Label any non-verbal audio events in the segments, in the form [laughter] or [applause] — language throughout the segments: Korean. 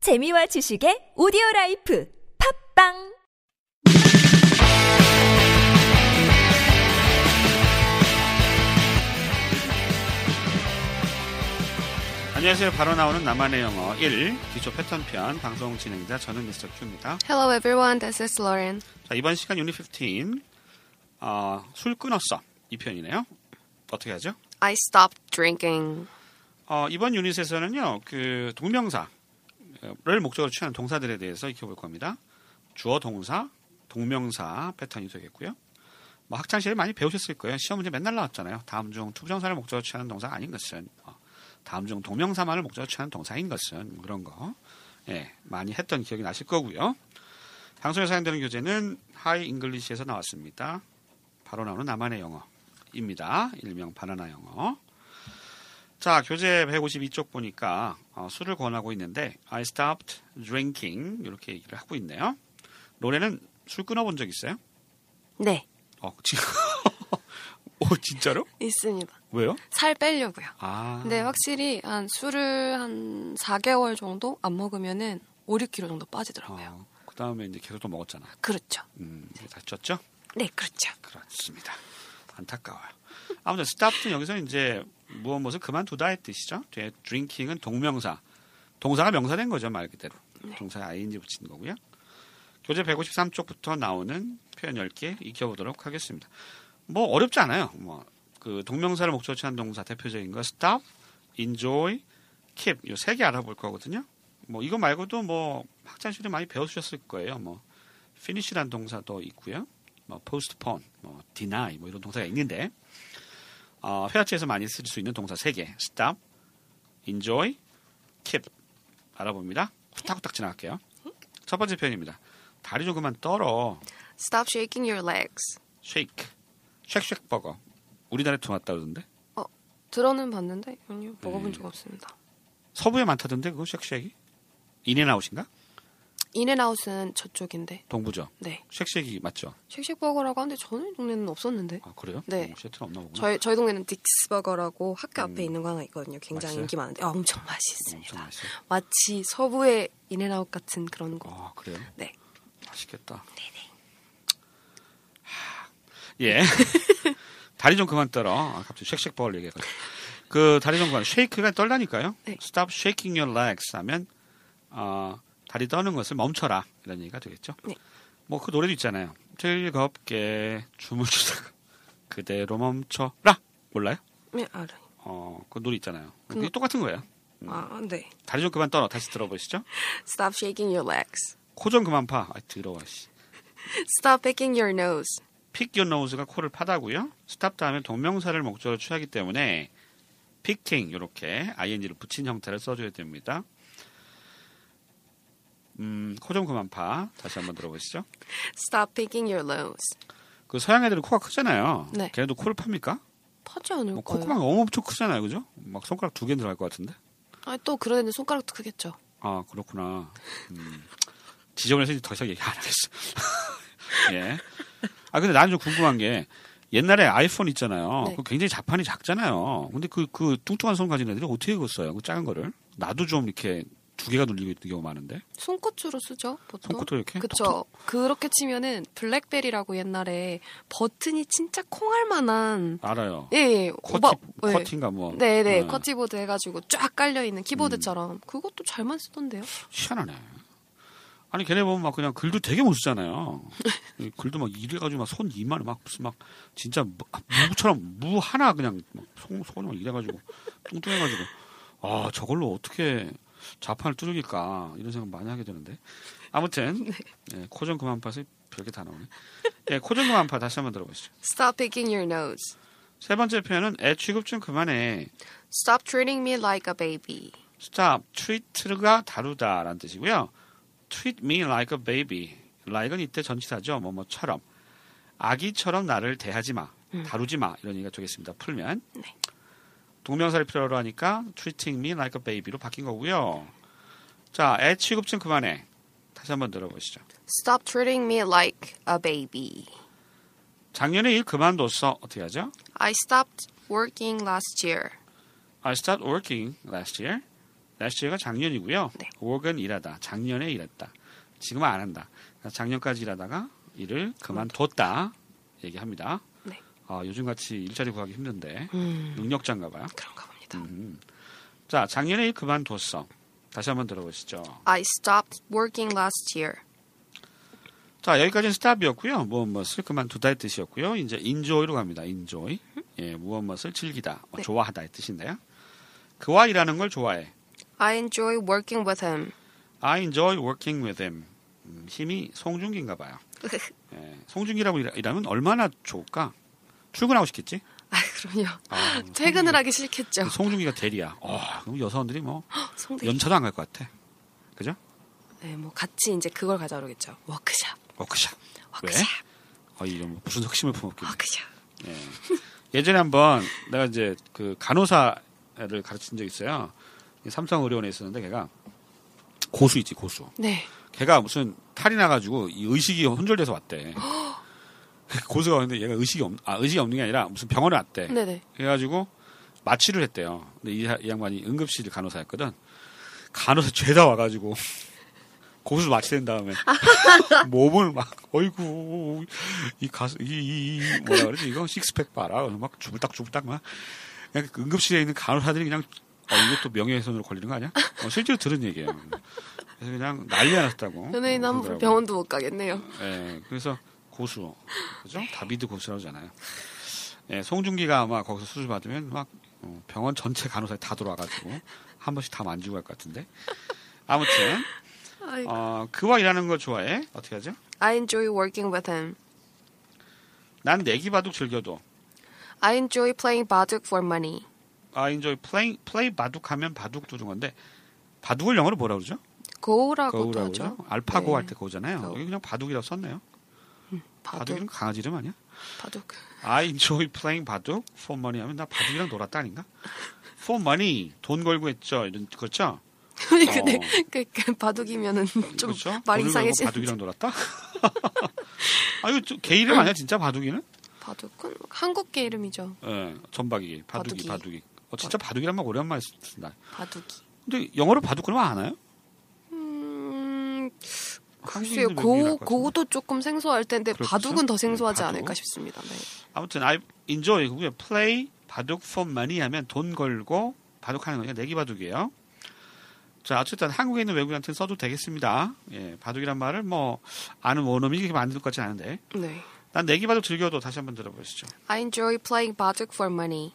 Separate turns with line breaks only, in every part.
재미와 지식의 오디오 라이프 팝빵
안녕하세요. 바로 나오는 나만의 영어 1 기초 패턴편 방송 진행자 저는 미스터 큐입니다.
Hello everyone, this is Lauren.
자, 이번 시간 유닛 15 어, 술 끊었어 이 편이네요. 어떻게 하죠?
I stopped drinking.
어, 이번 유닛에서는요 그 동명사를 목적으로 취하는 동사들에 대해서 익혀볼 겁니다. 주어 동사, 동명사 패턴이 되겠고요. 뭐 학창 시절에 많이 배우셨을 거예요. 시험 문제 맨날 나왔잖아요. 다음 중 투부정사를 목적으로 취하는 동사 아닌 것은 어, 다음 중 동명사만을 목적으로 취하는 동사인 것은 그런 거 예, 많이 했던 기억이 나실 거고요. 방송에 사용되는 교재는 하이 잉글리시에서 나왔습니다. 바로 나오는 나만의 영어입니다. 일명 바나나 영어. 자, 교재 152쪽 보니까 어, 술을 권하고 있는데 I stopped drinking 이렇게 얘기를 하고 있네요. 로레는 술 끊어본 적 있어요?
네,
어, [laughs] 지- 어, 진짜로?
있습니다.
왜요?
살 빼려고요.
아,
근데 확실히 한 술을 한 4개월 정도 안 먹으면은 5, 6kg 정도
어,
빠지더라고요.
그 다음에 이제 계속 또 먹었잖아.
그렇죠.
음, 이제 다쳤죠?
네, 그렇죠.
그렇습니다. 안타까워요. 아무튼 stop는 여기서 이제 무엇 무엇을 그만두다의 뜻이죠. 뒤에 drinking은 동명사. 동사가 명사된 거죠 말 그대로. 동사에 ing 붙인 거고요. 교재 153쪽부터 나오는 표현 10개 익혀보도록 하겠습니다. 뭐 어렵지 않아요. 뭐 그 동명사를 목적으로 취한 동사 대표적인 거 stop, enjoy, keep 요 세 개 알아볼 거거든요. 뭐 이거 말고도 뭐 학창시절에 많이 배우셨을 거예요. 뭐 finish란 동사도 있고요. 뭐 postpone, 뭐 deny 뭐 이런 동사가 있는데 어, 회화체에서 많이 쓸 수 있는 동사 세 개 stop, enjoy, keep 알아봅니다. 후딱후딱 지나갈게요. 첫 번째 표현입니다. 다리 좀 그만 떨어.
Stop shaking your legs.
shake, shake shake 버거. 우리나라에 들어왔다 그러던데.
들어는 봤는데 아니요, 먹어본 적 없습니다.
서부에 많다던데 그거 shake shake이? 인앤아웃인가?
인앤아웃은 저쪽인데.
동부죠.
네,
shake shake이 맞죠?
쉑쉑버거라고 하는데 저희 동네는 없었는데.
아 그래요?
네.
오, 시애틀 없나 보구나.
저희 저희 동네는 딕스버거라고 학교 앞에 있는 거 하나 있거든요. 굉장히
맛있어요?
인기 많은데 아, 엄청 맛있습니다.
엄청 맛있어요.
마치 서부의 인앤아웃 같은 그런 거.
아 그래요?
네.
맛있겠다.
[laughs]
네네. 예. 다리 좀 그만 떨어. 아, 갑자기 쉑쉑 버을 얘기해가지고. 그 다리 좀 그만. 쉐이크가 떨다니까요.
네.
Stop shaking your legs 하면 어, 다리 떠는 것을 멈춰라 이런 얘기가 되겠죠.
네.
뭐 그 노래도 있잖아요. 즐겁게 춤을 추다가 그대로 멈춰라 몰라요?
네, 알아요.
어그 노래 있잖아요. 그게 똑같은 거예요.
아, 네.
다리 좀 그만 떨어. 다시 들어보시죠.
Stop shaking your legs.
코 좀 그만 파. 아, 더러워. 씨.
Stop picking your nose.
pick your nose가 코를 파다고요. stop 다음에 동명사를 목적으로 취하기 때문에 picking 이렇게 ing를 붙인 형태를 써줘야 됩니다. 음, 코 좀 그만 파. 다시 한번 들어보시죠.
Stop picking your nose.
그 서양 애들은 코가 크잖아요.
네.
걔네도 코를 팝니까?
파지
뭐
않을까요?
콧구멍 너무 엄청 크잖아요, 그죠? 막 손가락 두 개 들어갈 것 같은데.
아, 또 그러는데 손가락도 크겠죠.
아 그렇구나. 음. 지저분해서 이제 더 이상 얘기 안 하겠어. [laughs] 예. 아 근데 나는 좀 궁금한 게 옛날에 아이폰 있잖아요.
네.
그 굉장히 자판이 작잖아요. 근데 그 그 뚱뚱한 손 가진 애들이 어떻게 그거 써요? 그 작은 거를 나도 좀 이렇게 두 개가 눌리고 있는 경우 많은데
손꼽으로 쓰죠, 보통.
손끝도 이렇게 톡톡.
그쵸. 그렇게 치면은 블랙베리라고 옛날에 버튼이 진짜 콩알 만한
알아요.
예, 예.
커티
오바- 예.
커팅가 뭐
네, 네.
어.
커티보드 해가지고 쫙 깔려있는 키보드처럼.
음.
그것도 잘만 쓰던데요.
희한하네. 아니 걔네 보면 막 그냥 글도 되게 못 쓰잖아요. 이 글도 막 이래가지고 막 손 이만 막 무슨 막 진짜 무- 아, 무처럼 무 하나 그냥 막손손막 이래가지고 뚱뚱해가지고 아 저걸로 어떻게 자판을 뚫을까 이런 생각 많이 하게 되는데 아무튼 예, 코전 그만 파서 별게 다 나오네. 예, 코전 그만 파 다시 한번 들어보시죠.
Stop picking your nose.
세 번째 표현은 애 취급 좀 그만해.
Stop treating me like a baby.
stop, treat가 다루다라는 뜻이고요. treat me like a baby. like은 이때 전치사죠. 뭐뭐처럼. 아기처럼 나를 대하지 마. 다루지 마. 이런 얘기가 되겠습니다. 풀면.
네.
동명사를 필요로 하니까 treating me like a baby로 바뀐 거고요. 자, 애 취급 좀 그만해. 다시 한번 들어보시죠.
Stop treating me like a baby.
작년에 일 그만뒀어. 어떻게 하죠?
I stopped working last year.
I stopped working last year. 날씨가 작년이고요.
네.
work은 일하다. 작년에 일했다. 지금은 안 한다. 그러니까 작년까지 일하다가 일을 그만뒀다 얘기합니다.
네.
아, 요즘같이 일자리 구하기 힘든데
음,
능력자인가 봐요.
그런가 봅니다.
음. 자, 작년에 일 그만뒀어. 다시 한번 들어보시죠.
I stopped working last year.
자, 여기까지는 스탑이었고요. 무엇 무엇을 그만두다의 뜻이었고요. 이제 enjoy로 갑니다. enjoy. 예, 무엇 무엇을 즐기다, 어,
음. 네.
좋아하다의 뜻인데요. 그와 일하는 걸 좋아해.
I enjoy working with him. [laughs]
I enjoy working with him. 음, 힘이 송중기인가 봐요. 예, 송중기라고 일하, 일하면 얼마나 좋을까? 출근하고 싶겠지?
아, 그럼요.
아,
[laughs] 퇴근을 하기 싫겠죠.
그 송중기가 대리야. 어, 그럼 여사원들이 뭐
[laughs] 성대.
연차도 안 갈 것 같아. 그죠?
네, 뭐 같이 이제 그걸 가자 그러겠죠. 워크샵.
워크샵.
워크샵.
어, 이런 무슨 흑심을 품었길래.
워크샵.
예전에 한번 내가 이제 그 간호사를 가르친 적 있어요. 삼성의료원에 있었는데 걔가 고수 있지 고수.
네.
걔가 무슨 탈이 나가지고 이 의식이 혼절돼서 왔대. 고수가 왔는데 얘가 의식이 없, 아 의식이 없는 게 아니라 무슨 병원에 왔대.
네, 네.
그래가지고 마취를 했대요. 근데 이, 하- 이 양반이 응급실 간호사였거든. 간호사 [laughs] 죄다 와가지고 고수 마취된 다음에 [laughs] 몸을 막 어이구 이 가수 이, 이, 이 뭐라 그러지 이거 식스팩 봐라 그래서 막 주물딱주물딱 막 그냥 그 응급실에 있는 간호사들이 그냥 어, 이것도 명예훼손으로 걸리는 거 아니야? 어, 실제로 들은 얘기예요. 그래서 그냥 난리가 났다고. 어,
연예인 한 분
그러더라고요.
병원도 못 가겠네요.
예, 그래서 고수, 그죠? 다비드 고수라고잖아요. 예, 송중기가 아마 거기서 수술 받으면 막 어, 병원 전체 간호사에 다 돌아가지고 한 번씩 다 만지고 갈 것 같은데. 아무튼
아이고.
어, 그와 일하는 걸 좋아해. 어떻게 하죠?
I enjoy working with him.
난 내기 바둑 즐겨도.
I enjoy playing 바둑 for money.
아, 인조이 플레이 플레이 바둑하면 바둑 두는 건데 바둑을 영어로 뭐라 그러죠?
고우라고도
거우라고
하죠.
그러죠. 알파고
네.
할 때 거우잖아요.
거우.
여기 그냥 바둑이라고 썼네요.
바둑.
바둑이는 강아지 이름 아니야?
바둑.
I enjoy playing 바둑. For money 하면 나 바둑이랑 놀았다 아닌가? For money 돈 걸고 했죠. 이런 그렇죠?
아니, 근데 [laughs] 그, 그 바둑이면은 좀
그렇죠?
말이
돈을 걸고
이상해지.
바둑이랑 놀았다? [laughs] 아 이거 좀개 이름 아니야 진짜 바둑이는?
[laughs] 바둑은 뭐 한국계 이름이죠.
예, 전박이 바둑이
바둑이.
바둑이. 어, 진짜 바둑이란 말 오랜만에 쓴다.
바둑이.
근데 영어로 바둑 그러면 아나요?
음, 글쎄요.
한국인들 왠지
고우
알것 같은데.
고우도 조금 생소할 텐데
그렇죠?
바둑은 더 생소하지
네, 바둑.
않을까 싶습니다. 네.
아무튼 I enjoy 그게 play 바둑 for money 하면 돈 걸고 바둑하는 거니까 내기 바둑이에요. 자, 어쨌든 한국에 있는 외국인한테는 써도 되겠습니다. 예, 바둑이란 말을 뭐 아는 원어민이 이렇게 만들 것 같진 않은데.
네.
난 내기 바둑 즐겨도 다시 한번 들어보시죠.
I enjoy playing 바둑 for money.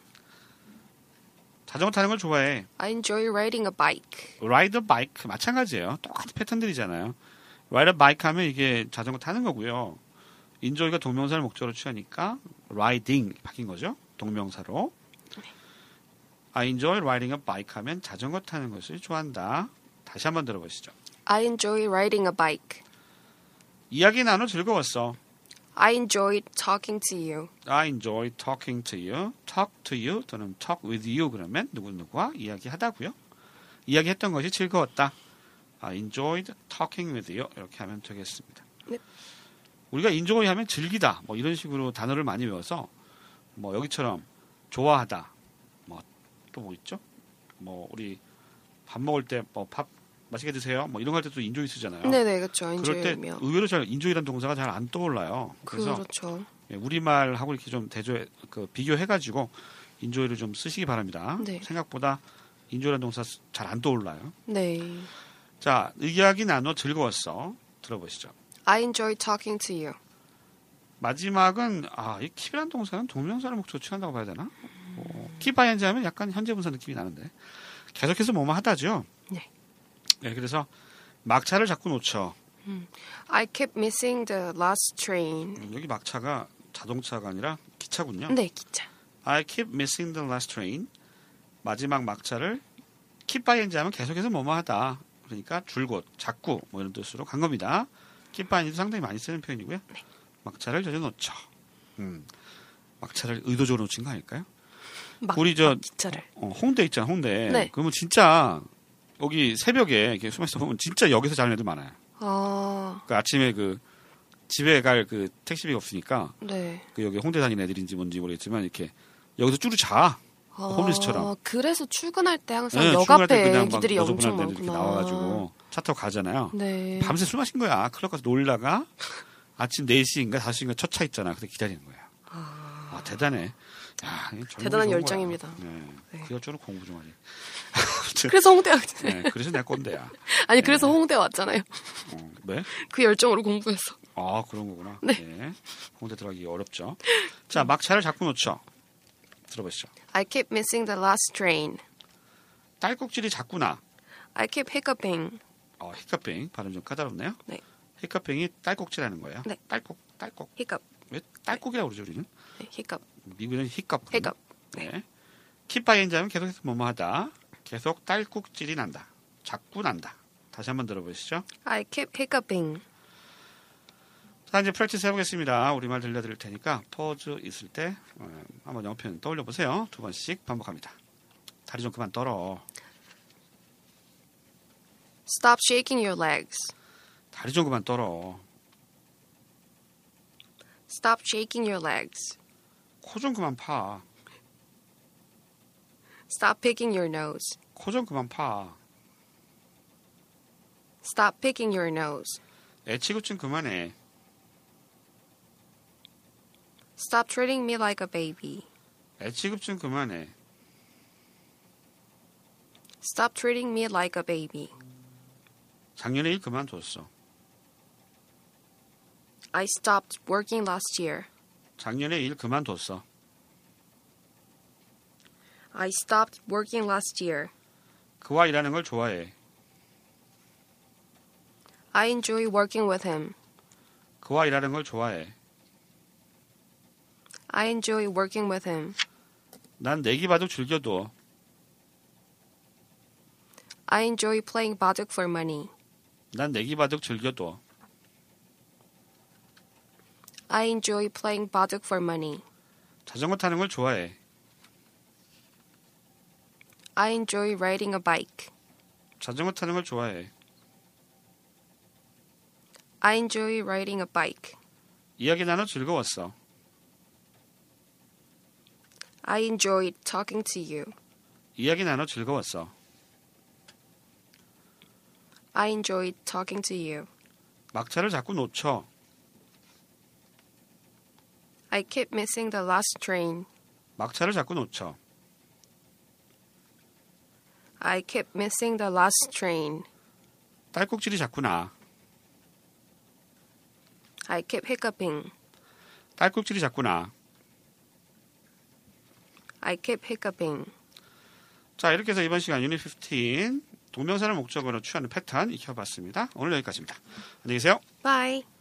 자전거 타는 걸 좋아해.
I enjoy riding a bike.
라이더 바이크 마찬가지예요. 똑같은 패턴들이잖아요. 라이더 바이크 하면 이게 자전거 타는 거고요. 인조이가 동명사를 목적으로 취하니까 라이딩 바뀐 거죠. 동명사로. I enjoy riding a bike 하면 자전거 타는 것을 좋아한다. 다시 한번 들어보시죠.
I enjoy riding a bike.
이야기 나눠 즐거웠어.
I enjoy talking to you.
I enjoy talking to you, talk to you 또는 talk with you 그러면 누구누구와 이야기하다고요. 이야기했던 것이 즐거웠다. I enjoyed talking with you 이렇게 하면 되겠습니다.
네.
우리가 enjoy 하면 즐기다 뭐 이런 식으로 단어를 많이 외워서 뭐 여기처럼 좋아하다 뭐 또 뭐 있죠? 뭐 우리 밥 먹을 때 뭐 밥 맛있게 드세요 뭐 이런 거 할 때도 enjoy 쓰잖아요.
네네 그렇죠.
그럴 때
enjoy면
의외로 잘 enjoy란 동사가 잘 안 떠올라요. 그래서
그렇죠.
예, 우리말하고 이렇게 좀 대조 그 비교해 가지고 인조이를 좀 쓰시기 바랍니다.
네.
생각보다 인조라는 동사 잘 안 떠올라요.
네.
자, 이야기 나눠 즐거웠어. 들어보시죠.
I enjoy talking to you.
마지막은 아, 이 킵이라는 동사는 동명사를 목적으로 취한다고 봐야 되나? 어, 킵바이엔즈 하면 약간 현재 분사 느낌이 나는데. 계속해서 뭐뭐 하다죠.
네.
예, 그래서 막차를 자꾸 놓쳐.
I kept missing the last train.
음, 여기 막차가 자동차가 아니라 기차군요.
네 기차.
I keep missing the last train. 마지막 막차를 keep by 엔지 하면 계속해서 뭐뭐하다. 그러니까 줄곧, 자꾸 뭐 이런 뜻으로 간 겁니다. keep by 엔지도 상당히 많이 쓰는 표현이고요.
네.
막차를 전혀 놓쳐. 음. 막차를 의도적으로 놓친 거 아닐까요?
막-
우리 저
기차를.
어, 홍대 있잖아, 홍대.
네.
그러면 진짜 여기 새벽에 이렇게 숨어 있어 보면 진짜 여기서 자는 애들 많아요.
아
그 아침에 그 집에 갈 그 택시비가 없으니까
네.
그 여기 홍대 다니는 애들인지 뭔지 모르겠지만 이렇게 여기서 쭈루 자. 홈리스처럼.
그래서 출근할 때 항상
네,
역
출근할 때
앞에
그냥 막
애기들이
여자분한테
엄청
이렇게
많구나.
나와가지고 차 타고 가잖아요.
네.
밤새 술 마신 거야. 클럽 가서 놀다가 아침 4시인가 5시인가 첫 차 있잖아. 그때 기다리는 거야. 아, 대단해. 야, 이 젊은 게
대단한
좋은
열정입니다.
거야. 네.
네.
그 여자는 공부 좀 하지.
그래서 홍대 왔
네,
[laughs]
그래서 내 꼰대야.
아니 그래서 홍대 왔잖아요.
어, 왜?
그 열정으로 공부해서.
아, 그런 거구나.
네.
네. 홍대 들어가기 어렵죠. 자, 막 차를 잡고 놓죠. 들어보시죠.
I keep missing the last train.
딸꾹질이 자꾸 나.
I keep hiccuping.
어, 히카뱅 발음 좀 까다롭네요.
네.
히카뱅이 딸꾹질하는 거예요.
네.
딸꾹, 딸꾹.
hiccup.
왜 딸꾹이라고 그러죠 우리는?
네, hiccup.
미국에는 히컵.
hiccup.
네. 킵바인자면 계속해서 뭐뭐하다. 계속 딸꾹질이 난다. 자꾸 난다. 다시 한번 들어보시죠.
I keep hiccuping.
자 이제 프랙티스 해보겠습니다. 우리말 들려드릴 테니까 퍼즈 있을 때 어, 한번 영어 표현 떠올려 보세요. 두 번씩 반복합니다. 다리 좀 그만 떨어.
Stop shaking your legs.
다리 좀 그만 떨어.
Stop shaking your legs.
코 좀 그만 파.
Stop picking your nose.
코 좀 그만 파.
Stop picking your nose.
애치구침 그만해.
Stop treating me like a baby.
애치구침 그만해.
Stop treating me like a baby.
작년에 일 그만뒀어.
I stopped working last year.
작년에 일 그만뒀어.
I stopped working last year.
그와 일하는 걸 좋아해.
I enjoy working with him.
그와 일하는 걸 좋아해.
I enjoy working with him.
난 내기 바둑 즐겨둬.
I enjoy playing baduk for money.
난 내기 바둑 즐겨둬.
I enjoy playing baduk for money.
자전거 타는 걸 좋아해.
I enjoy riding a bike.
자전거 타는 걸 좋아해.
I enjoy riding a bike.
이야기 나눠 즐거웠어.
I enjoyed talking to you.
이야기 나눠 즐거웠어.
I enjoyed talking to you.
막차를 자꾸 놓쳐.
I keep missing the last train.
막차를 자꾸 놓쳐.
I keep missing the last train.
딸꾹질이 자꾸 나.
I keep hiccuping.
딸꾹질이 자꾸 나.
I keep hiccuping.
자 이렇게 해서 이번 시간 유닛 15 동명사를 목적으로 취하는 패턴 익혀봤습니다. 오늘 여기까지입니다. 안녕히 계세요.
Bye.